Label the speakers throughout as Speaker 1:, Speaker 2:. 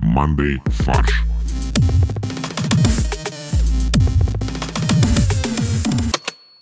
Speaker 1: командой «Фарш».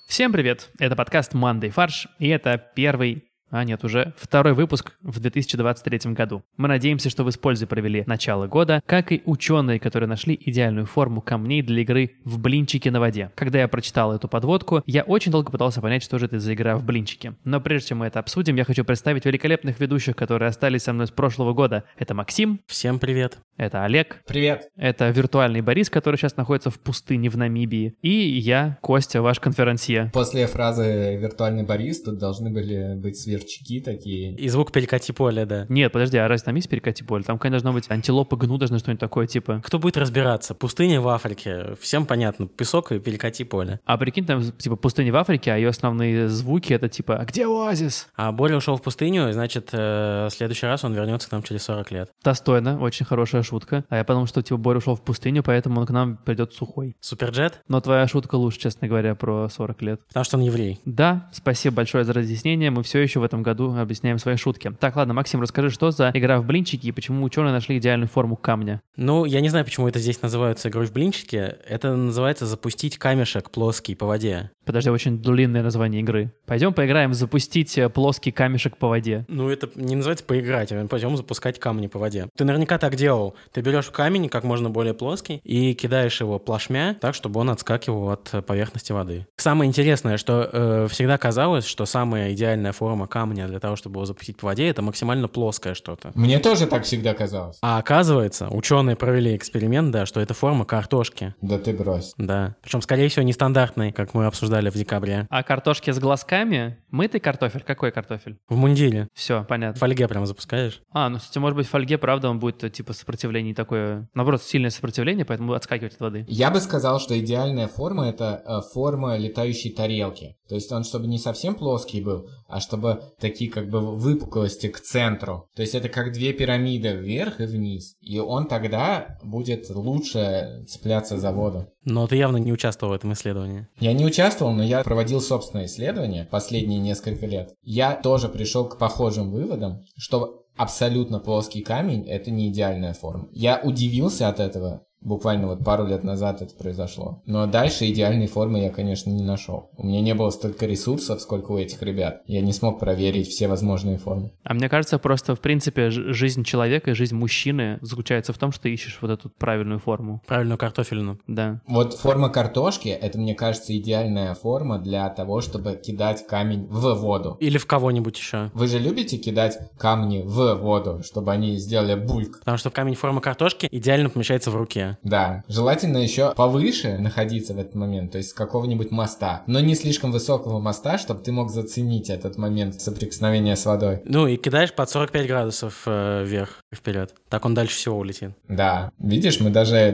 Speaker 2: Всем привет! Это подкаст «Мандай фарш», и это первый а нет, уже второй выпуск в 2023 году. Мы надеемся, что вы с пользой провели начало года, как и ученые, которые нашли идеальную форму камней для игры в блинчики на воде. Когда я прочитал эту подводку, я очень долго пытался понять, что же это за игра в блинчики. Но прежде чем мы это обсудим, я хочу представить великолепных ведущих, которые остались со мной с прошлого года. Это Максим,
Speaker 3: Всем привет.
Speaker 2: это Олег,
Speaker 4: Привет.
Speaker 2: это виртуальный Борис, который сейчас находится в пустыне в Намибии, и я, Костя, ваш конферансье.
Speaker 4: После фразы «виртуальный Борис» тут должны были быть сверчки такие.
Speaker 3: И звук перекати поле, да.
Speaker 2: Нет, подожди, а разве там есть перекати поле? Там, конечно, должно быть антилопа, гну, должно что-нибудь такое, типа...
Speaker 3: Кто будет разбираться? Пустыня в Африке. Всем понятно. Песок и перекати поле.
Speaker 2: А прикинь, там, типа, пустыня в Африке, а ее основные звуки — это, типа, «А где оазис?»
Speaker 3: А Боря ушел в пустыню, и значит, э, в следующий раз он вернется к нам через 40 лет.
Speaker 2: Достойно, очень хорошая шутка. А я подумал, что, типа, Боря ушел в пустыню, поэтому он к нам придет сухой.
Speaker 3: Суперджет?
Speaker 2: Но твоя шутка лучше, честно говоря, про 40 лет.
Speaker 3: Потому что он еврей.
Speaker 2: Да, спасибо большое за разъяснение. Мы все еще в этом году объясняем свои шутки. Так, ладно, Максим, расскажи, что за игра в блинчики и почему ученые нашли идеальную форму камня?
Speaker 3: Ну, я не знаю, почему это здесь называется игрой в блинчике. Это называется запустить камешек плоский по воде.
Speaker 2: Подожди, очень длинное название игры. Пойдем поиграем в запустить э, плоский камешек по воде.
Speaker 3: Ну, это не называется поиграть, а пойдем запускать камни по воде. Ты наверняка так делал. Ты берешь камень как можно более плоский и кидаешь его плашмя так, чтобы он отскакивал от э, поверхности воды. Самое интересное, что э, всегда казалось, что самая идеальная форма камня для того, чтобы его запустить по воде, это максимально плоское что-то.
Speaker 4: Мне тоже так всегда казалось.
Speaker 3: А оказывается, ученые провели эксперимент, да, что это форма картошки.
Speaker 4: Да ты брось.
Speaker 3: Да. Причем, скорее всего, нестандартной, как мы обсуждали в декабре.
Speaker 2: А картошки с глазками? Мытый картофель? Какой картофель?
Speaker 3: В мундире.
Speaker 2: Все,
Speaker 3: В
Speaker 2: понятно.
Speaker 3: фольге прям запускаешь.
Speaker 2: А, ну, кстати, может быть, в фольге, правда, он будет, э, типа, сопротивление не такое... Наоборот, сильное сопротивление, поэтому будет отскакивать от воды.
Speaker 4: Я бы сказал, что идеальная форма это э, форма летающей тарелки. То есть он, чтобы не совсем плоский был, а чтобы такие как бы выпуклости к центру. То есть это как две пирамиды вверх и вниз. И он тогда будет лучше цепляться за воду.
Speaker 3: Но ты явно не участвовал в этом исследовании.
Speaker 4: Я не участвовал, но я проводил собственное исследование последние несколько лет. Я тоже пришел к похожим выводам, что абсолютно плоский камень – это не идеальная форма. Я удивился от этого, буквально вот пару лет назад это произошло. Но дальше идеальной формы я, конечно, не нашел. У меня не было столько ресурсов, сколько у этих ребят. Я не смог проверить все возможные формы.
Speaker 2: А мне кажется, просто, в принципе, ж- жизнь человека и жизнь мужчины заключается в том, что ты ищешь вот эту правильную форму.
Speaker 3: Правильную картофельную.
Speaker 2: Да.
Speaker 4: Вот форма картошки – это, мне кажется, идеальная форма для того, чтобы кидать камень в воду.
Speaker 3: Или в кого-нибудь еще.
Speaker 4: Вы же любите кидать камни в воду, чтобы они сделали бульк?
Speaker 3: Потому что в камень форма картошки идеально помещается в руке.
Speaker 4: Да, желательно еще повыше находиться в этот момент, то есть с какого-нибудь моста, но не слишком высокого моста, чтобы ты мог заценить этот момент соприкосновения с водой.
Speaker 3: Ну и кидаешь под 45 градусов э, вверх и вперед. Так он дальше всего улетит.
Speaker 4: Да, видишь, мы даже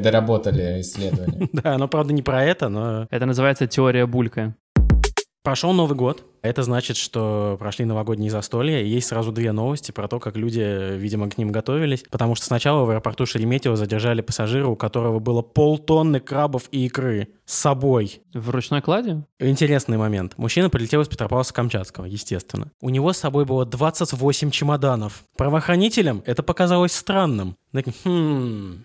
Speaker 4: доработали исследование.
Speaker 3: Да, но правда не про это, но...
Speaker 2: Это называется теория булька.
Speaker 3: Прошел Новый год. Это значит, что прошли новогодние застолья, и есть сразу две новости про то, как люди, видимо, к ним готовились. Потому что сначала в аэропорту Шереметьево задержали пассажира, у которого было полтонны крабов и икры с собой.
Speaker 2: В ручной кладе?
Speaker 3: Интересный момент. Мужчина прилетел из Петропавловска-Камчатского, естественно. У него с собой было 28 чемоданов. Правоохранителям это показалось странным. Такие, «Хм,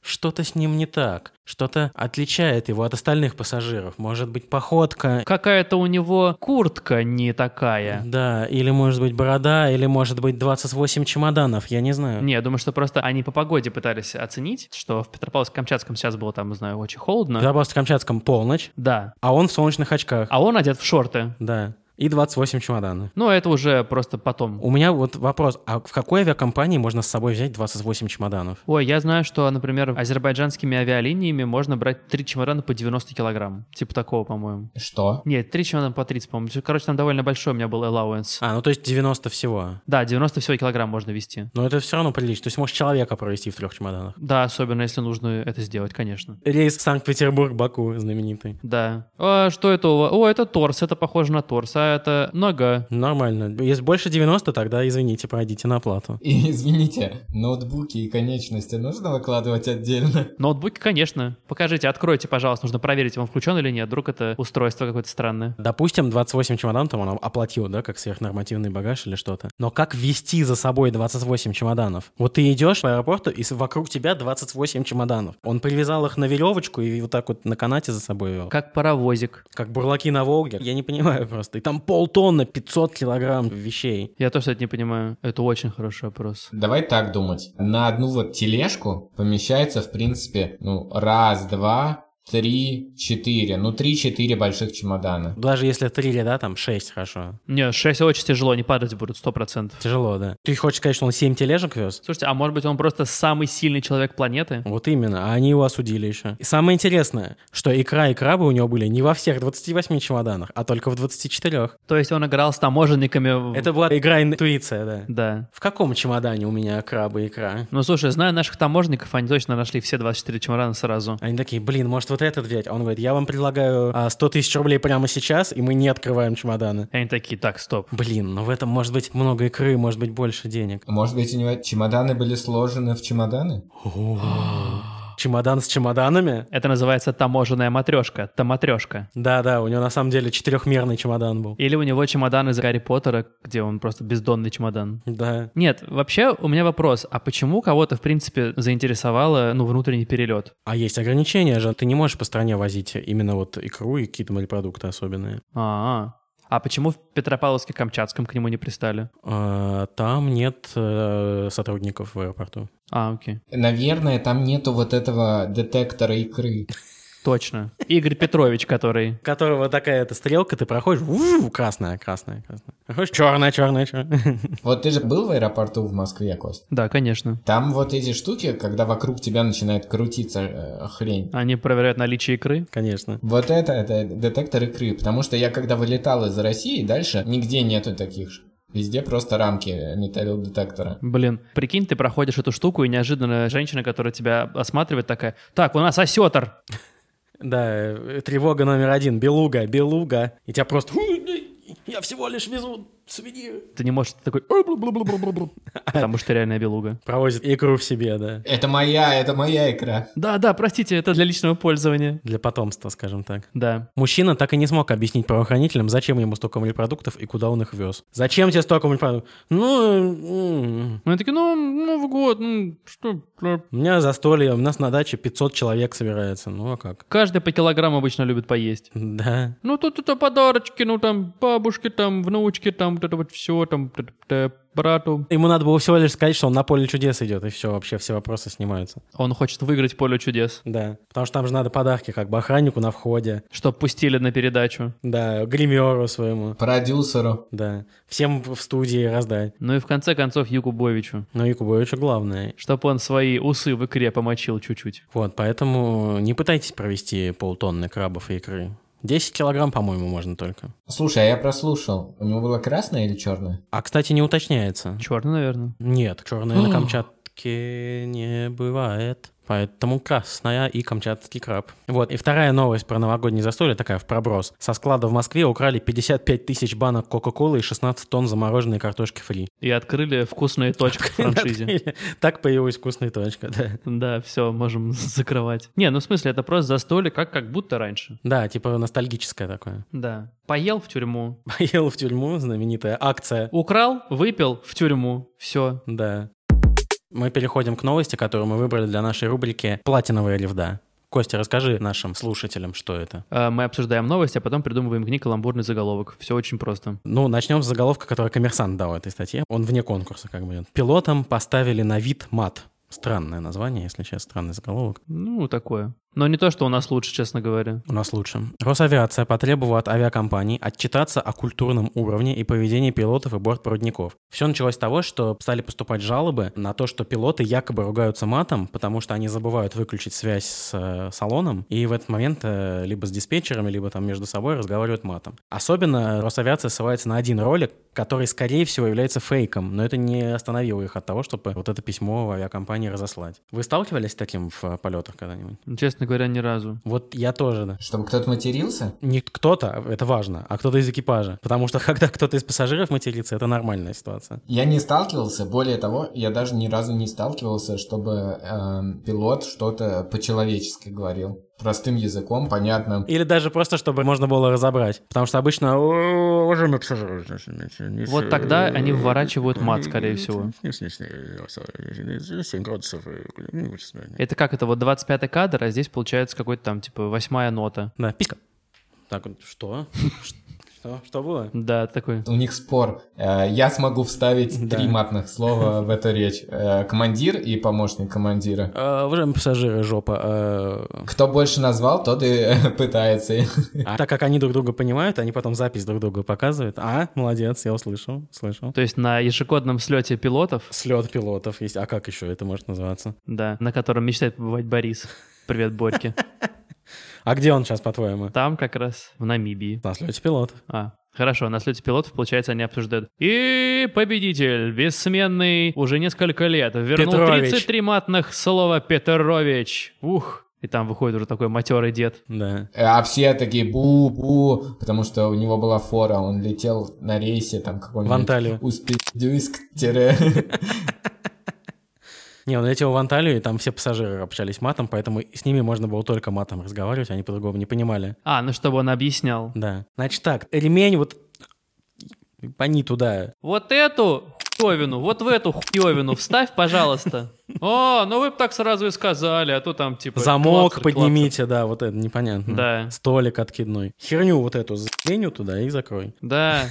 Speaker 3: что-то с ним не так. Что-то отличает его от остальных пассажиров. Может быть, походка.
Speaker 2: Какая-то у него куртка не такая.
Speaker 3: Да, или может быть борода, или может быть 28 чемоданов, я не знаю.
Speaker 2: Не, я думаю, что просто они по погоде пытались оценить, что в Петропавловске-Камчатском сейчас было там, не знаю, очень
Speaker 3: В
Speaker 2: холодно.
Speaker 3: Петропавловске-Камчатском полночь,
Speaker 2: Да.
Speaker 3: а он в солнечных очках.
Speaker 2: А он одет в шорты.
Speaker 3: Да, и 28 чемоданов.
Speaker 2: Ну, это уже просто потом.
Speaker 3: У меня вот вопрос, а в какой авиакомпании можно с собой взять 28 чемоданов?
Speaker 2: Ой, я знаю, что, например, азербайджанскими авиалиниями можно брать три чемодана по 90 килограмм. Типа такого, по-моему.
Speaker 4: Что?
Speaker 2: Нет, три чемодана по 30, по-моему. Короче, там довольно большой у меня был allowance.
Speaker 3: А, ну то есть 90 всего.
Speaker 2: Да, 90 всего килограмм можно вести.
Speaker 3: Но это все равно прилично. То есть можешь человека провести в трех чемоданах.
Speaker 2: Да, особенно если нужно это сделать, конечно.
Speaker 3: Рейс Санкт-Петербург-Баку знаменитый.
Speaker 2: Да. А, что это у вас? О, это торс, это похоже на торс. А 90 это много.
Speaker 3: Нормально. Если больше 90, тогда, извините, пройдите на плату.
Speaker 4: И, извините, ноутбуки и конечности нужно выкладывать отдельно?
Speaker 2: Ноутбуки, конечно. Покажите, откройте, пожалуйста, нужно проверить, он включен или нет. Вдруг это устройство какое-то странное.
Speaker 3: Допустим, 28 чемодан там он оплатил, да, как сверхнормативный багаж или что-то. Но как вести за собой 28 чемоданов? Вот ты идешь по аэропорту, и с- вокруг тебя 28 чемоданов. Он привязал их на веревочку и вот так вот на канате за собой вел.
Speaker 2: Как паровозик.
Speaker 3: Как бурлаки на Волге. Я не понимаю просто. И там полтонны, 500 килограмм вещей.
Speaker 2: Я тоже это не понимаю. Это очень хороший вопрос.
Speaker 4: Давай так думать. На одну вот тележку помещается, в принципе, ну, раз, два, три, четыре. Ну, три-четыре больших чемодана.
Speaker 3: Даже если три ряда, там 6, хорошо.
Speaker 2: Не, 6 очень тяжело, они падать будут, 100%.
Speaker 3: Тяжело, да. Ты хочешь сказать, что он 7 тележек вез?
Speaker 2: Слушайте, а может быть он просто самый сильный человек планеты?
Speaker 3: Вот именно, а они его осудили еще. И самое интересное, что икра и крабы у него были не во всех 28 чемоданах, а только в 24.
Speaker 2: То есть он играл с таможенниками... в-
Speaker 3: Это была игра интуиция, да.
Speaker 2: Да.
Speaker 3: В каком чемодане у меня крабы и икра?
Speaker 2: Ну, слушай, знаю наших таможенников, они точно нашли все 24 чемодана сразу.
Speaker 3: Они такие, блин, может вот этот взять? А он говорит, я вам предлагаю а, 100 тысяч рублей прямо сейчас, и мы не открываем чемоданы.
Speaker 2: И они такие, так, стоп.
Speaker 3: Блин, ну в этом может быть много икры, может быть больше денег.
Speaker 4: Может быть, у него чемоданы были сложены в чемоданы?
Speaker 3: Чемодан с чемоданами?
Speaker 2: Это называется таможенная матрешка, таматрешка.
Speaker 3: Да-да, у него на самом деле четырехмерный чемодан был.
Speaker 2: Или у него чемодан из Гарри Поттера, где он просто бездонный чемодан.
Speaker 3: Да.
Speaker 2: Нет, вообще у меня вопрос, а почему кого-то, в принципе, заинтересовало, ну, внутренний перелет?
Speaker 3: А есть ограничения же, ты не можешь по стране возить именно вот икру и какие-то морепродукты особенные.
Speaker 2: А, а почему в Петропавловске-Камчатском к нему не пристали?
Speaker 3: А, там нет э, сотрудников в аэропорту.
Speaker 2: А, окей,
Speaker 4: Наверное, там нету вот этого детектора икры.
Speaker 2: точно. Игорь Петрович, который...
Speaker 3: Которого такая эта стрелка, ты проходишь, у красная, красная, красная. Проходишь, черная, черная, черная.
Speaker 4: Вот ты же был в аэропорту в Москве, Кость?
Speaker 2: Да, конечно.
Speaker 4: Там вот эти штуки, когда вокруг тебя начинает крутиться э, хрень.
Speaker 2: Они проверяют наличие икры.
Speaker 3: Конечно.
Speaker 4: Вот это, это детектор икры, потому что я когда вылетал из России, дальше нигде нету таких же. Везде просто рамки металлодетектора.
Speaker 2: Блин, прикинь, ты проходишь эту штуку, и неожиданно женщина, которая тебя осматривает, такая, так, у нас осетр.
Speaker 3: Да, э, тревога номер один, белуга, белуга. И тебя просто... Я всего лишь везу сувениры.
Speaker 2: Ты не можешь ты такой, потому что ты реальная белуга.
Speaker 3: Провозит икру в себе, да.
Speaker 4: Это моя, это моя икра.
Speaker 2: Да, да, простите, это для личного пользования.
Speaker 3: Для потомства, скажем так.
Speaker 2: Да.
Speaker 3: Мужчина так и не смог объяснить правоохранителям, зачем ему столько морепродуктов и куда он их вез. Зачем тебе столько морепродуктов? Ну, м,
Speaker 2: Ну, они такие, ну, Новый год, ну, что... э».
Speaker 3: у меня застолье, у нас на даче 500 человек собирается. Ну, а как?
Speaker 2: Каждый по килограмму обычно любит поесть.
Speaker 3: Да.
Speaker 2: Ну, тут это подарочки, ну, там, бабушке, там, внучке, там, вот это вот все, там, т- т- брату.
Speaker 3: Ему надо было всего лишь сказать, что он на поле чудес идет, и все, вообще все вопросы снимаются.
Speaker 2: Он хочет выиграть поле чудес,
Speaker 3: Да. Потому что там же надо подарки как бы охраннику на входе,
Speaker 2: чтоб пустили на передачу.
Speaker 3: да, гримеру своему,
Speaker 4: Продюсеру.
Speaker 3: да, всем в в студии раздать.
Speaker 2: Ну и в конце концов Юкубовичу,
Speaker 3: Но Якубовичу главное.
Speaker 2: чтоб он свои усы в икре помочил чуть-чуть.
Speaker 3: Вот, поэтому не пытайтесь провести полтонны крабов и икры. 10 килограмм, по-моему, можно только.
Speaker 4: Слушай, а я прослушал. У него было красное или черное?
Speaker 3: А, кстати, не уточняется.
Speaker 2: Черный, наверное.
Speaker 3: Нет, черное на Камчатке не бывает. Поэтому красная и камчатский краб. Вот, и вторая новость про новогоднее застолье, такая в проброс. Со склада в Москве украли 55 тысяч банок Кока-Колы и 16 тонн замороженной картошки фри.
Speaker 2: И открыли вкусные точки в франшизе.
Speaker 3: Так появилась вкусная точка, да.
Speaker 2: Да, все, можем закрывать. Не, ну в смысле, это просто застолье, как, как будто раньше.
Speaker 3: Да, типа ностальгическое такое.
Speaker 2: Да. Поел в тюрьму,
Speaker 3: Поел в тюрьму, знаменитая акция.
Speaker 2: украл, выпил в тюрьму. Все.
Speaker 3: Да. Мы переходим к новости, которую мы выбрали для нашей рубрики «Платиновая ревда». Костя, расскажи нашим слушателям, что это.
Speaker 2: Мы обсуждаем новости, а потом придумываем к ней каламбурный заголовок. Все очень просто.
Speaker 3: Ну, начнем с заголовка, который коммерсант дал этой статье. Он вне конкурса как бы идет. Пилотам поставили на вид мат. Странное название, если честно, странный заголовок.
Speaker 2: Ну, такое. Но не то, что у нас лучше, честно говоря.
Speaker 3: У нас лучше. Росавиация потребовала от авиакомпаний отчитаться о культурном уровне и поведении пилотов и бортпроводников. Все началось с того, что стали поступать жалобы на то, что пилоты якобы ругаются матом, потому что они забывают выключить связь с э, салоном, и в этот момент э, либо с диспетчерами, либо там между собой разговаривают матом. Особенно Росавиация ссылается на один ролик, который, скорее всего, является фейком, но это не остановило их от того, чтобы вот это письмо в авиакомпании разослать. Вы сталкивались с таким в э, полетах когда-нибудь?
Speaker 2: Ну, Честно, честно говоря, ни разу.
Speaker 3: Вот я тоже, да.
Speaker 4: Чтобы кто-то матерился?
Speaker 3: Не кто-то, это важно, а кто-то из экипажа. Потому что когда кто-то из пассажиров матерится, это нормальная ситуация.
Speaker 4: Я не сталкивался, более того, я даже ни разу не сталкивался, чтобы эм, пилот что-то по-человечески говорил. Простым языком, понятным.
Speaker 3: Или даже просто, чтобы можно было разобрать. Потому что обычно...
Speaker 2: Вот
Speaker 1: Вот
Speaker 2: тогда они вворачивают мат, скорее всего. Это как это, вот 25-й кадр, а здесь получается какой-то там, типа, восьмая нота.
Speaker 3: Да, писька. Так, вот, что? Что? Что было?
Speaker 2: Да, такой.
Speaker 4: У них спор. Э, Я смогу вставить
Speaker 3: Да.
Speaker 4: три матных слова в эту речь. Э, Командир и помощник командира.
Speaker 3: Э, Уважаемые пассажиры, жопа. э,
Speaker 4: Кто больше назвал, тот и пытается.
Speaker 3: А так как они друг друга понимают, они потом запись друг друга показывают. А, молодец, я услышал, слышал.
Speaker 2: То есть на ежегодном слете пилотов,
Speaker 3: Слет пилотов есть. А как еще это может называться?
Speaker 2: да, на котором мечтает побывать Борис. Привет, Борьке.
Speaker 3: А где он сейчас, по-твоему?
Speaker 2: Там как раз в Намибии.
Speaker 3: На слете пилотов.
Speaker 2: А, хорошо, на слете пилотов, получается, они обсуждают. И победитель, бессменный, уже несколько лет, вернул
Speaker 3: Петрович.
Speaker 2: 33 матных слова Петрович. Ух, и там выходит уже такой матерый дед.
Speaker 3: Да.
Speaker 4: А все такие бу-бу, потому что у него была фора, он летел на рейсе там
Speaker 3: В
Speaker 4: какой-нибудь...
Speaker 3: Анталию.
Speaker 4: Усть-Дюйск, тире.
Speaker 3: Не, он летел в Анталию, и там все пассажиры общались матом, поэтому с ними можно было только матом разговаривать, они по-другому не понимали.
Speaker 2: А, ну чтобы он объяснял.
Speaker 3: Да. Значит так, ремень вот пани туда.
Speaker 2: Вот эту хуевину, вот в эту хуевину вставь, пожалуйста. О, ну вы бы так сразу и сказали, а то там типа...
Speaker 3: Замок
Speaker 2: клацать, клацать.
Speaker 3: поднимите, да, вот это непонятно.
Speaker 2: Да.
Speaker 3: Столик откидной. Херню вот эту заменю туда и закрой.
Speaker 2: Да,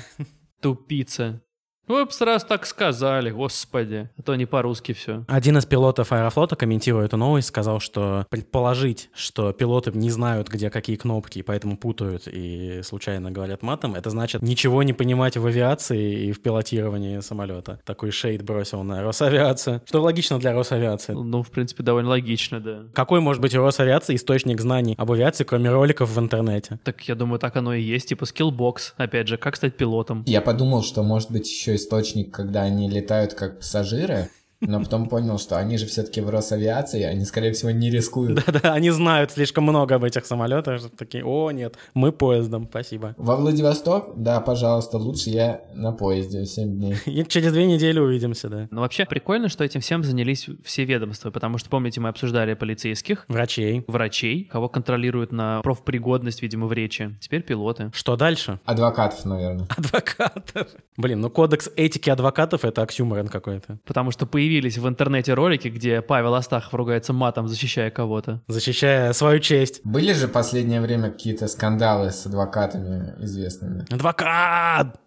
Speaker 2: тупица. Вы бы сразу так сказали, господи. А то не по-русски все.
Speaker 3: Один из пилотов Аэрофлота, комментируя эту новость, сказал, что предположить, что пилоты не знают, где какие кнопки, и поэтому путают и случайно говорят матом, это значит ничего не понимать в авиации и в пилотировании самолета. Такой шейд бросил на Росавиацию, что логично для Росавиации.
Speaker 2: Ну, в принципе, довольно логично, да.
Speaker 3: Какой может быть у Росавиации источник знаний об авиации, кроме роликов в интернете?
Speaker 2: Так я думаю, так оно и есть. Типа скиллбокс, опять же, как стать пилотом.
Speaker 4: Я подумал, что может быть еще источник, когда они летают как пассажиры, но потом понял, что они же все-таки в Росавиации, они, скорее всего, не рискуют.
Speaker 3: Да-да, они знают слишком много об этих самолетах, что такие, о, нет, мы поездом, спасибо.
Speaker 4: Во Владивосток, да, пожалуйста, лучше я на поезде 7 дней.
Speaker 3: И через две недели увидимся, да.
Speaker 2: Но Ну, вообще прикольно, что этим всем занялись все ведомства, потому что, помните, мы обсуждали полицейских,
Speaker 3: Врачей.
Speaker 2: врачей, кого контролируют на профпригодность, видимо, в речи. Теперь пилоты.
Speaker 3: Что дальше?
Speaker 4: Адвокатов, наверное.
Speaker 3: Адвокатов. Блин, ну кодекс этики адвокатов — это оксюморон какой-то.
Speaker 2: Потому что появились в интернете ролики, где Павел Астахов ругается матом, защищая кого-то.
Speaker 3: Защищая свою честь.
Speaker 4: Были же в последнее время какие-то скандалы с адвокатами известными?
Speaker 3: Адвокат!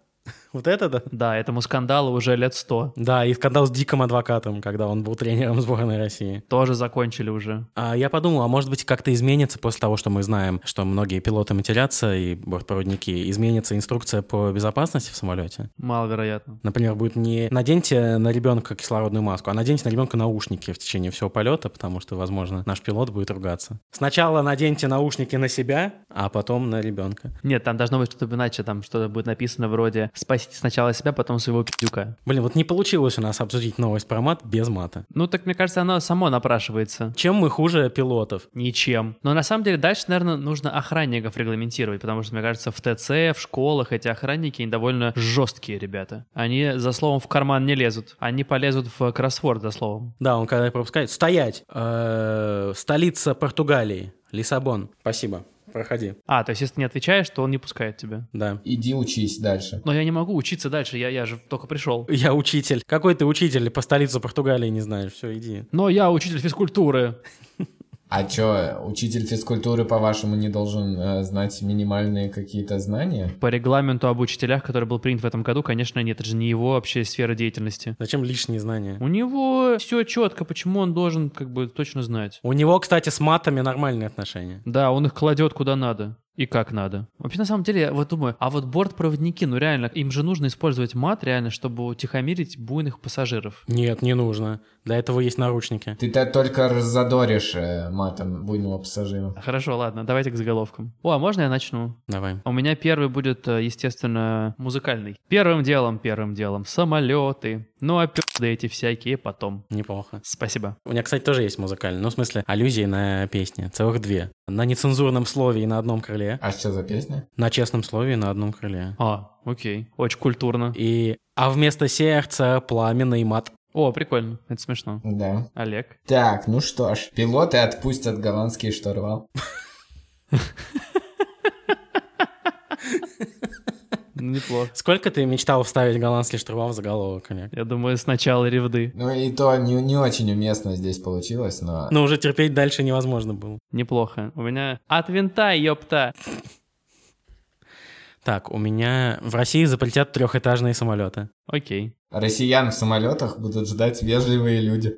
Speaker 3: Вот это да?
Speaker 2: Да, этому скандалу уже лет сто.
Speaker 3: Да, и скандал с диким адвокатом, когда он был тренером сборной России.
Speaker 2: Тоже закончили уже.
Speaker 3: А я подумал, а может быть как-то изменится после того, что мы знаем, что многие пилоты матерятся и бортпроводники, изменится инструкция по безопасности в самолете?
Speaker 2: Маловероятно.
Speaker 3: Например, будет не наденьте на ребенка кислородную маску, а наденьте на ребенка наушники в течение всего полета, потому что, возможно, наш пилот будет ругаться. Сначала наденьте наушники на себя, а потом на ребенка.
Speaker 2: Нет, там должно быть что-то иначе, там что-то будет написано вроде «Спасите сначала себя, потом своего пиздюка».
Speaker 3: Блин, вот не получилось у нас обсудить новость про мат без мата.
Speaker 2: Ну, так, мне кажется, оно само напрашивается.
Speaker 3: Чем мы хуже пилотов?
Speaker 2: Ничем. Но на самом деле дальше, наверное, нужно охранников регламентировать, потому что, мне кажется, в ТЦ, в школах эти охранники они довольно жесткие ребята. Они за словом в карман не лезут. Они полезут в кроссворд за словом.
Speaker 3: Да, он когда пропускает. Стоять! Э, столица Португалии. Лиссабон. Спасибо. Проходи.
Speaker 2: А, то есть если ты не отвечаешь, то он не пускает тебя.
Speaker 3: Да.
Speaker 4: Иди учись дальше.
Speaker 2: Но я не могу учиться дальше, я, я же только пришел.
Speaker 3: Я учитель. Какой ты учитель? По столице Португалии не знаешь. Все, иди.
Speaker 2: Но я учитель физкультуры.
Speaker 4: А чё, учитель физкультуры, по-вашему, не должен э, знать минимальные какие-то знания?
Speaker 2: По регламенту об учителях, который был принят в этом году, конечно, нет, это же не его вообще сфера деятельности.
Speaker 3: Зачем лишние знания?
Speaker 2: У него все четко, почему он должен как бы точно знать.
Speaker 3: У него, кстати, с матами нормальные отношения.
Speaker 2: Да, он их кладет куда надо. и как надо. Вообще, на самом деле, я вот думаю, а вот бортпроводники, ну реально, им же нужно использовать мат реально, чтобы утихомирить буйных пассажиров.
Speaker 3: Нет, не нужно. Для этого есть наручники.
Speaker 4: Ты-то только раззадоришь э, матом буйного пассажира.
Speaker 2: Хорошо, ладно, давайте к заголовкам. О, а можно я начну?
Speaker 3: Давай.
Speaker 2: У меня первый будет, э, естественно, музыкальный. Первым делом, первым делом, самолеты. Ну а пи***ды эти всякие потом.
Speaker 3: Неплохо.
Speaker 2: Спасибо.
Speaker 3: У меня, кстати, тоже есть музыкальный. Ну, в смысле, аллюзии на песни. Целых две. На нецензурном слове и на одном крыле.
Speaker 4: А что за песня?
Speaker 3: На честном слове и на одном крыле.
Speaker 2: А, окей. Очень культурно.
Speaker 3: И «А вместо сердца пламенный мат».
Speaker 2: О, прикольно. Это смешно.
Speaker 4: Да.
Speaker 2: Олег.
Speaker 4: Так, ну что ж, пилоты отпустят голландский штурвал.
Speaker 2: Ну, Неплохо.
Speaker 3: Сколько ты мечтал вставить голландский штурвал в заголовок, Олег?
Speaker 2: Я думаю, сначала ревды.
Speaker 4: Ну и то не, не очень уместно здесь получилось, но...
Speaker 3: Но уже терпеть дальше невозможно было.
Speaker 2: Неплохо. У меня от винта, ёпта.
Speaker 3: Так, у меня в России запретят трехэтажные самолеты.
Speaker 2: Окей.
Speaker 4: Россиян в самолетах будут ждать вежливые люди.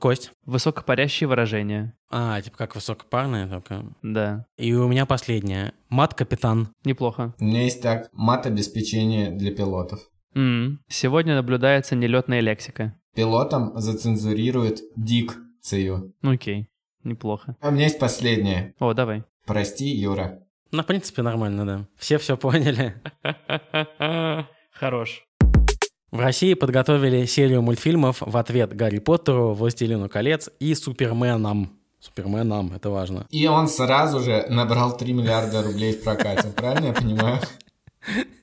Speaker 3: Кость.
Speaker 2: Высокопарящие выражения.
Speaker 3: А, типа как высокопарные только.
Speaker 2: Да.
Speaker 3: И у меня последнее. Мат-капитан.
Speaker 2: Неплохо.
Speaker 4: У меня есть так, мат обеспечение для пилотов.
Speaker 2: М. М-м. Сегодня наблюдается нелетная лексика.
Speaker 4: Пилотам зацензурируют дикцию.
Speaker 2: Ну, Окей. Неплохо.
Speaker 4: А у меня есть последнее.
Speaker 2: О, давай.
Speaker 4: Прости, Юра.
Speaker 3: Ну, в принципе, нормально, да. Все все поняли.
Speaker 2: Хорош.
Speaker 3: В России подготовили серию мультфильмов в ответ Гарри Поттеру, Властелину колец и Суперменам. Суперменам, это важно.
Speaker 4: И он сразу же набрал 3 миллиарда рублей в прокате, правильно я понимаю?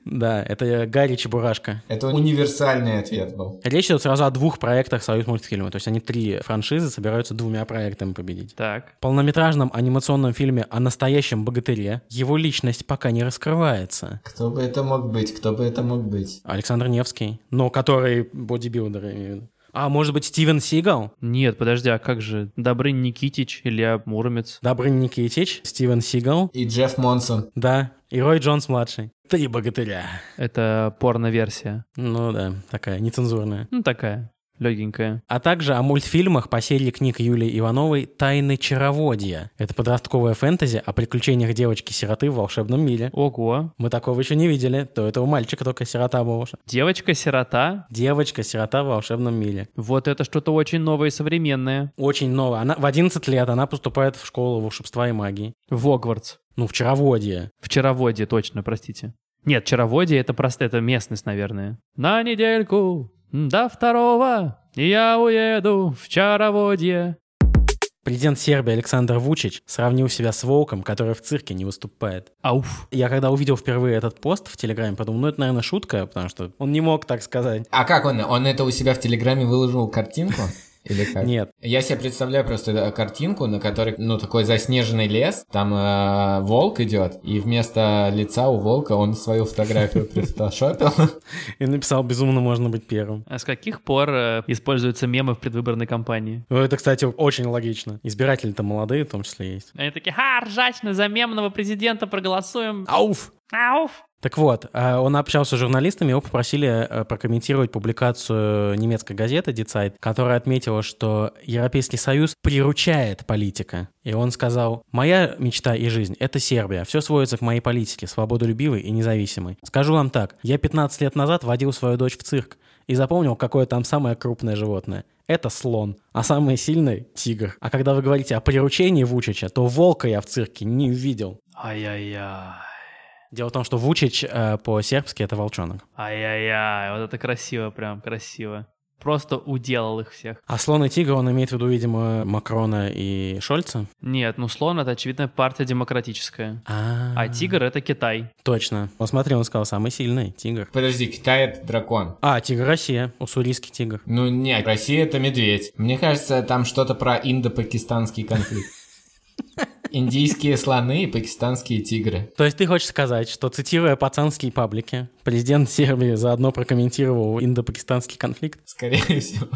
Speaker 3: Да, это Гарри Чебурашка.
Speaker 4: Это универсальный ответ был.
Speaker 3: Речь идет сразу о двух проектах Союз мультфильма. То есть они три франшизы собираются двумя проектами победить.
Speaker 2: Так.
Speaker 3: В полнометражном анимационном фильме о настоящем богатыре его личность пока не раскрывается.
Speaker 4: Кто бы это мог быть, кто бы это мог быть?
Speaker 3: Александр Невский, но который бодибилдер, я имею в виду. А может быть Стивен Сигал?
Speaker 2: Нет, подожди, а как же Добрын Никитич, Илья Муромец?
Speaker 3: Добрын Никитич, Стивен Сигал,
Speaker 4: И Джефф Монсон.
Speaker 3: да, и Рой Джонс-младший. Три богатыря.
Speaker 2: Это порно-версия.
Speaker 3: Ну да, такая нецензурная.
Speaker 2: Ну, такая, легенькая.
Speaker 3: А также о мультфильмах по серии книг Юлии Ивановой «Тайны чароводья». Это подростковое фэнтези о приключениях девочки-сироты в волшебном мире.
Speaker 2: Ого.
Speaker 3: Мы такого еще не видели, то этого мальчика только сирота была.
Speaker 2: Девочка-сирота?
Speaker 3: Девочка-сирота в волшебном мире.
Speaker 2: Вот это что-то очень новое и современное.
Speaker 3: Очень новая. Она в 11 лет она поступает в школу волшебства и магии.
Speaker 2: Вогвардс.
Speaker 3: Ну, в чароводье.
Speaker 2: Вчероводье, точно, простите. Нет, Вчероводье это просто это местность, наверное. На недельку до второго я уеду в Чароводье.
Speaker 3: Президент Сербии Александр Вучич сравнил себя с волком, который в цирке не выступает.
Speaker 2: Ауф.
Speaker 3: Я когда увидел впервые этот пост в Телеграме, подумал, ну это, наверное, шутка, потому что он не мог так сказать.
Speaker 4: А как он? Он это у себя в Телеграме выложил картинку? Или как?
Speaker 3: Нет.
Speaker 4: Я себе представляю просто э, картинку, на которой, ну, такой заснеженный лес, там э, волк идет, и вместо лица у волка он свою фотографию прифотошопил.
Speaker 3: И написал, безумно можно быть первым.
Speaker 2: А с каких пор э, используются мемы в предвыборной кампании?
Speaker 3: Ну, это, кстати, очень логично. Избиратели-то молодые, в том числе есть.
Speaker 2: Они такие, ха, ржачно, за мемного президента проголосуем.
Speaker 3: Ауф!
Speaker 2: Ауф.
Speaker 3: Так вот, э, он общался с журналистами, его попросили э, прокомментировать публикацию немецкой газеты Die Zeit, которая отметила, что Европейский Союз приручает политика. И он сказал, «Моя мечта и жизнь — это Сербия. Все сводится к моей политике, свободолюбивой и независимой. Скажу вам так, я 15 лет назад водил свою дочь в цирк и запомнил, какое там самое крупное животное. Это слон, а самый сильный — тигр. А когда вы говорите о приручении Вучича, то волка я в цирке не увидел».
Speaker 2: Ай-яй-яй.
Speaker 3: Дело в том, что Вучич э, по-сербски это волчонок.
Speaker 2: Ай-яй-яй, вот это красиво прям, красиво. Просто уделал их всех.
Speaker 3: А слон и тигр он имеет в виду, видимо, Макрона и Шольца.
Speaker 2: Нет, ну слон это очевидно партия демократическая.
Speaker 3: А,
Speaker 2: А тигр это Китай.
Speaker 3: Точно. Он смотри, он сказал, самый сильный тигр.
Speaker 4: Подожди, Китай — это дракон.
Speaker 3: А, тигр Россия, уссурийский тигр.
Speaker 4: Ну нет, Россия — это медведь. Мне кажется, там что-то про индо-пакистанский конфликт. Индийские слоны и пакистанские тигры.
Speaker 3: То есть ты хочешь сказать, что, цитируя пацанские паблики, президент Сербии заодно прокомментировал индо-пакистанский конфликт?
Speaker 4: Скорее всего.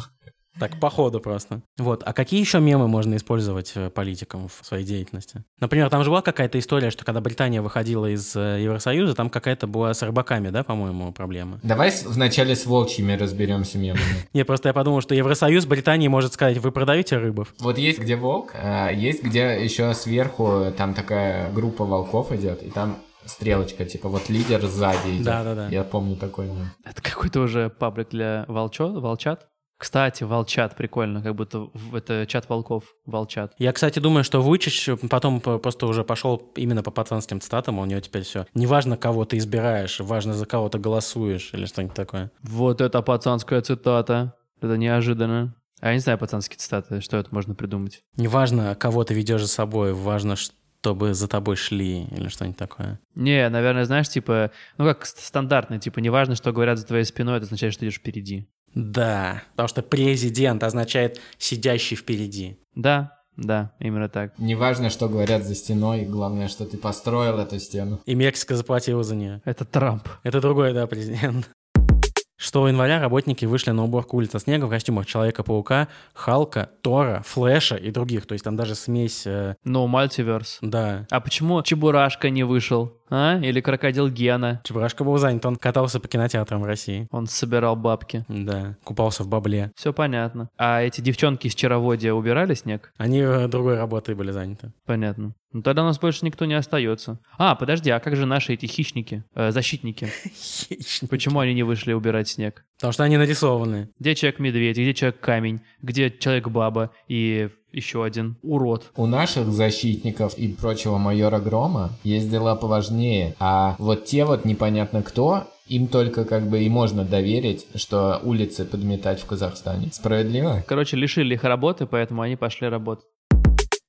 Speaker 3: Так, по ходу просто. Вот. А какие еще мемы можно использовать э, политикам в своей деятельности? Например, там же была какая-то история, что когда Британия выходила из э, Евросоюза, там какая-то была с рыбаками, да, по-моему, проблема.
Speaker 4: Давай с- вначале с волчьими разберемся мемами.
Speaker 3: Не, просто я подумал, что Евросоюз Британии может сказать, вы продаете рыбов.
Speaker 4: Вот есть где волк, а есть где еще сверху, э, там такая группа волков идет, и там стрелочка, типа вот лидер сзади идет.
Speaker 3: Да-да-да.
Speaker 4: Я помню такой мем.
Speaker 2: Это какой-то уже паблик для волчо, волчат. Кстати, волчат, прикольно, как будто в- это чат волков, волчат.
Speaker 3: Я, кстати, думаю, что Вучич потом п- просто уже пошел именно по пацанским цитатам, у него теперь все. Неважно, кого ты избираешь, важно, за кого ты голосуешь или что-нибудь такое.
Speaker 2: Вот это пацанская цитата. Это неожиданно. А я не знаю пацанские цитаты, что это можно придумать.
Speaker 3: Неважно, кого ты ведешь за собой, важно, чтобы за тобой шли или что-нибудь такое.
Speaker 2: Не, наверное, знаешь, типа, ну как ст- стандартно, типа, неважно, что говорят за твоей спиной, это означает, что ты идешь впереди.
Speaker 3: Да, потому что президент означает сидящий впереди.
Speaker 2: Да, да, именно так.
Speaker 4: Неважно, что говорят за стеной, главное, что ты построил эту стену.
Speaker 3: И Мексика заплатила за нее.
Speaker 2: Это Трамп.
Speaker 3: Это другой, да, президент. 6 января работники вышли на уборку улиц от снега в костюмах Человека-паука, Халка, Тора, Флэша и других. То есть там даже смесь, э,
Speaker 2: No Multiverse.
Speaker 3: да.
Speaker 2: А почему Чебурашка не вышел, а? Или Крокодил Гена?
Speaker 3: Чебурашка был занят, он катался по кинотеатрам в России.
Speaker 2: Он собирал бабки.
Speaker 3: Да, купался в бабле.
Speaker 2: Все понятно. А эти девчонки из Чароводия убирали снег?
Speaker 3: Они э, другой работой были заняты.
Speaker 2: Понятно. Ну тогда у нас больше никто не остается. А, подожди, а как же наши эти хищники, э, защитники? Почему они не вышли убирать снег?
Speaker 3: Потому что они нарисованы.
Speaker 2: Где человек-медведь, где человек-камень, где человек-баба и еще один урод?
Speaker 4: У наших защитников и прочего майора Грома есть дела поважнее, а вот те вот непонятно кто, им только как бы и можно доверить, что улицы подметать в Казахстане. Справедливо?
Speaker 2: Короче, лишили их работы, поэтому они пошли работать.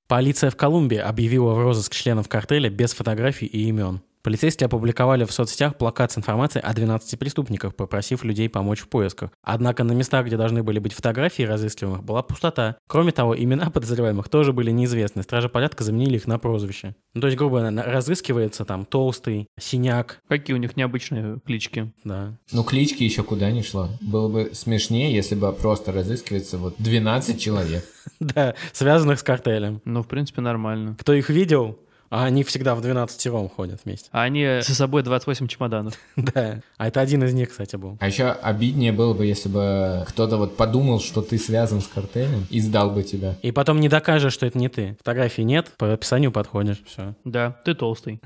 Speaker 3: Полиция в Колумбии объявила в розыск членов картеля без фотографий и имен. Полицейские опубликовали в соцсетях плакат с информацией о 12 преступниках, попросив людей помочь в поисках. Однако на местах, где должны были быть фотографии разыскиваемых, была пустота. Кроме того, имена подозреваемых тоже были неизвестны. Стражи порядка заменили их на прозвище. Ну, то есть, грубо говоря, на- разыскивается там толстый, синяк,
Speaker 2: Какие у них необычные клички.
Speaker 3: да.
Speaker 4: Ну, клички еще куда не шло. Было бы смешнее, если бы просто разыскивается вот 12 человек.
Speaker 3: Да, связанных с картелем.
Speaker 2: Ну, в принципе, нормально.
Speaker 3: Кто их видел, а они всегда в 12 тиром ходят вместе.
Speaker 2: А они со собой 28 чемоданов.
Speaker 3: Да. А это один из них, кстати, был.
Speaker 4: А еще обиднее было бы, если бы кто-то вот подумал, что ты связан с картелем и сдал бы тебя.
Speaker 3: И потом не докажешь, что это не ты. Фотографии нет, по описанию подходишь, все.
Speaker 2: Да, ты толстый.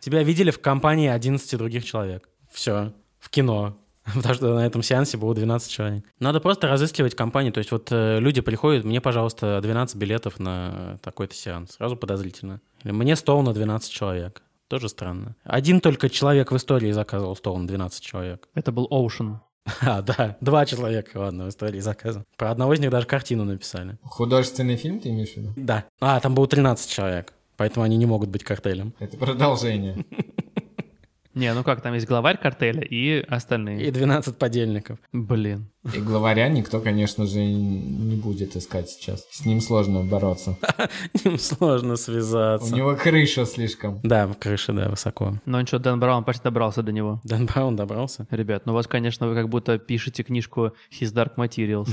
Speaker 3: Тебя видели в компании 11 других человек. Все. В кино. Потому что на этом сеансе было 12 человек. Надо просто разыскивать компанию. То есть вот э, люди приходят, мне, пожалуйста, 12 билетов на такой-то сеанс. Сразу подозрительно. Или мне стол на 12 человек. Тоже странно. Один только человек в истории заказывал стол на 12 человек.
Speaker 2: Это был Оушен.
Speaker 3: А, да, два человека, ладно, в истории заказа. Про одного из них даже картину написали.
Speaker 4: Художественный фильм ты имеешь в виду?
Speaker 3: Да. А, там было 13 человек, поэтому они не могут быть коктейлем.
Speaker 4: Это продолжение.
Speaker 2: Не, ну как, там есть главарь картеля и
Speaker 3: И
Speaker 2: остальные.
Speaker 3: 12 подельников.
Speaker 2: Блин.
Speaker 4: И главаря никто, конечно же, не будет искать сейчас. С ним сложно бороться.
Speaker 3: Им сложно
Speaker 4: У
Speaker 3: связаться.
Speaker 4: него крыша слишком.
Speaker 3: Да, крыша, да, высоко.
Speaker 2: Ну ничего, Дэн Браун почти добрался до него.
Speaker 3: Дэн Браун добрался?
Speaker 2: Ребят, ну вас, конечно, вы как будто пишете книжку His Dark Materials.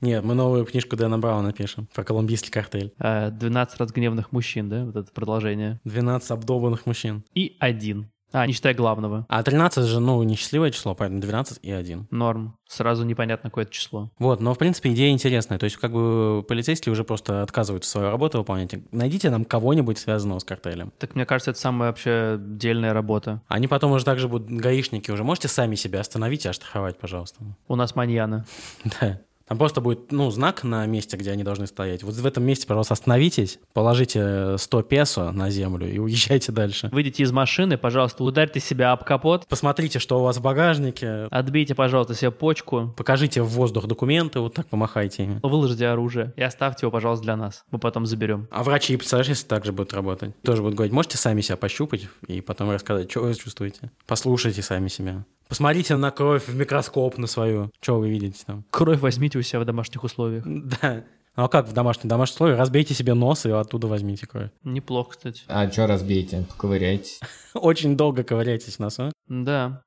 Speaker 3: Нет, мы новую книжку Дэна Брауна пишем про колумбийский картель.
Speaker 2: Э, 12 разгневанных мужчин, да, вот это продолжение.
Speaker 3: 12 обдолбанных мужчин.
Speaker 2: И один. А, не считая главного.
Speaker 3: А 13 же, ну, несчастливое число, поэтому 12 и 1.
Speaker 2: Норм. Сразу непонятно какое-то число.
Speaker 3: Вот, но, в принципе, идея интересная. То есть, как бы полицейские уже просто отказываются свою работу выполнять. Найдите нам кого-нибудь, связанного с картелем.
Speaker 2: Так мне кажется, это самая вообще дельная работа.
Speaker 3: Они потом уже также будут гаишники уже. Можете сами себя остановить и оштрафовать, пожалуйста.
Speaker 2: У нас маньяна.
Speaker 3: Да. Там просто будет, ну, знак на месте, где они должны стоять. Вот в этом месте, пожалуйста, остановитесь, положите 100 песо на землю и уезжайте дальше.
Speaker 2: Выйдите из машины, пожалуйста, ударьте себя об капот,
Speaker 3: Посмотрите, что у вас в багажнике,
Speaker 2: отбейте, пожалуйста, себе почку,
Speaker 3: покажите в воздух документы, вот так помахайте ими.
Speaker 2: выложите оружие и оставьте его, пожалуйста, для нас. Мы потом заберем.
Speaker 3: А врачи, представляешь, если так же будут работать? Тоже будут говорить, можете сами себя пощупать и потом рассказать, что вы чувствуете. Послушайте сами себя. Посмотрите на кровь в микроскоп на свою. Что вы видите там?
Speaker 2: Кровь возьмите у себя в домашних условиях.
Speaker 3: Да. Ну а как в домашнем? В домашнем условии разбейте себе нос и оттуда возьмите кровь.
Speaker 2: Неплохо, кстати.
Speaker 4: А чё разбейте, поковыряйтесь.
Speaker 3: Очень долго ковыряйтесь в носу.
Speaker 2: Да.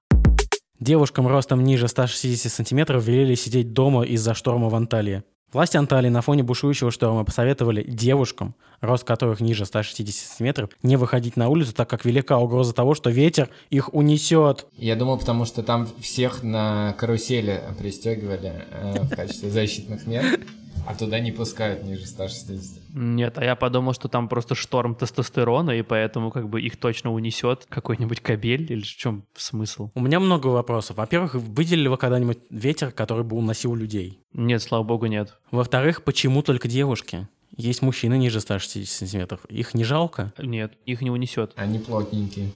Speaker 3: Девушкам ростом ниже 160 сантиметров велели сидеть дома из-за шторма в Анталии. Власти Анталии на фоне бушующего шторма посоветовали девушкам, рост которых ниже 160 сантиметров, не выходить на улицу, так как велика угроза того, что ветер их унесет.
Speaker 4: Я думал, потому что там всех на карусели пристегивали э, в качестве защитных мер, а туда не пускают ниже 160.
Speaker 2: Нет, а я подумал, что там просто шторм тестостерона, и поэтому как бы их точно унесет какой-нибудь кабель, или в чем смысл?
Speaker 3: У меня много вопросов. Во-первых, видели ли вы когда-нибудь ветер, который бы уносил людей?
Speaker 2: Нет, слава богу, нет.
Speaker 3: Во-вторых, почему только девушки? Есть мужчины ниже 160 сантиметров. Их не жалко?
Speaker 2: Нет, их не унесет.
Speaker 4: Они плотненькие.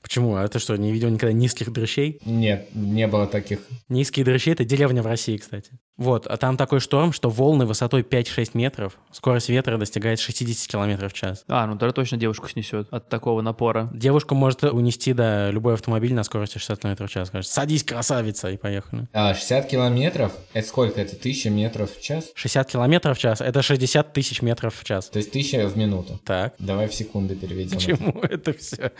Speaker 3: Почему? А ты что, не видел никогда низких дрыщей?
Speaker 4: Нет, не было таких.
Speaker 3: Низкие дрыщи — это деревня в России, кстати. Вот, а там такой шторм, что волны высотой 5-6 метров, скорость ветра достигает 60 км в час.
Speaker 2: А, ну тогда точно девушку снесет от такого напора.
Speaker 3: Девушку может унести, да, любой автомобиль на скорости 60 км в час. Скажет, садись, красавица, и поехали.
Speaker 4: А, 60 километров — это сколько? Это 1000 метров в час?
Speaker 3: 60 км в час — это 60 тысяч метров в час.
Speaker 4: То есть 1000 в минуту.
Speaker 3: Так.
Speaker 4: Давай в секунды переведем.
Speaker 3: Почему это все?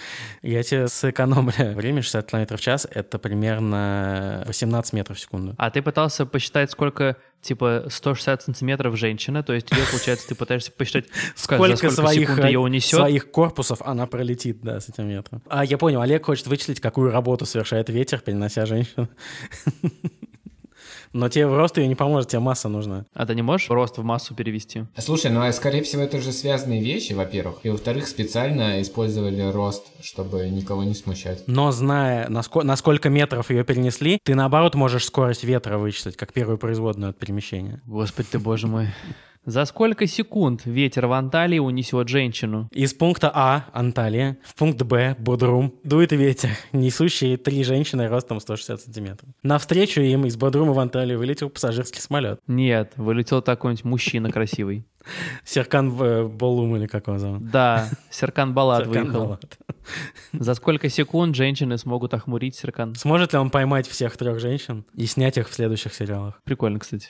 Speaker 3: Я тебе сэкономлю. Время 60 км в час — это примерно 18 метров в секунду.
Speaker 2: А ты пытался посчитать, сколько типа 160 сантиметров женщина, то есть ее, получается, ты пытаешься посчитать, как- за
Speaker 3: сколько,
Speaker 2: сколько
Speaker 3: своих,
Speaker 2: секунд
Speaker 3: э,
Speaker 2: ее унесет.
Speaker 3: своих корпусов она пролетит, да, с этим ветром. А, я понял, Олег хочет вычислить, какую работу совершает ветер, перенося женщину. Но тебе в рост ее не поможет, тебе масса нужна.
Speaker 2: А ты не можешь рост в массу перевести?
Speaker 4: Слушай, ну а скорее всего это же связанные вещи, во-первых. И во-вторых, специально использовали рост, чтобы никого не смущать.
Speaker 3: Но зная, наско- на сколько метров ее перенесли, ты наоборот можешь скорость ветра вычислить, как первую производную от перемещения.
Speaker 2: Господи ты, боже мой. За сколько секунд ветер в Анталии унесет женщину?
Speaker 3: Из пункта А, Анталия, в пункт Б, Бодрум, дует ветер, несущий три женщины ростом 160 сантиметров. Навстречу им из Бодрума в Анталию вылетел пассажирский самолет.
Speaker 2: Нет, вылетел такой-нибудь мужчина красивый.
Speaker 3: Серкан э, Болум или как его зовут?
Speaker 2: Да, Серкан Балат
Speaker 3: Серкан
Speaker 2: выехал.
Speaker 3: Балат.
Speaker 2: За сколько секунд женщины смогут охмурить Серкан?
Speaker 3: Сможет ли он поймать всех трех женщин и снять их в следующих сериалах?
Speaker 2: Прикольно, кстати.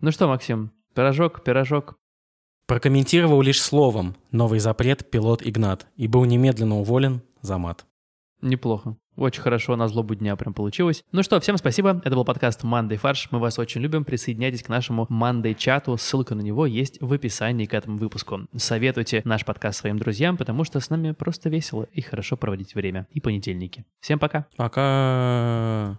Speaker 2: Ну что, Максим, пирожок, пирожок.
Speaker 3: Прокомментировал лишь словом новый запрет пилот Игнат и был немедленно уволен за мат.
Speaker 2: Неплохо. Очень хорошо, на злобу дня прям получилось. Ну что, всем спасибо. Это был подкаст Мандай Фарш. Мы вас очень любим. Присоединяйтесь к нашему Мандай чату. Ссылка на него есть в описании к этому выпуску. Советуйте наш подкаст своим друзьям, потому что с нами просто весело и хорошо проводить время. И понедельники. Всем пока.
Speaker 3: Пока.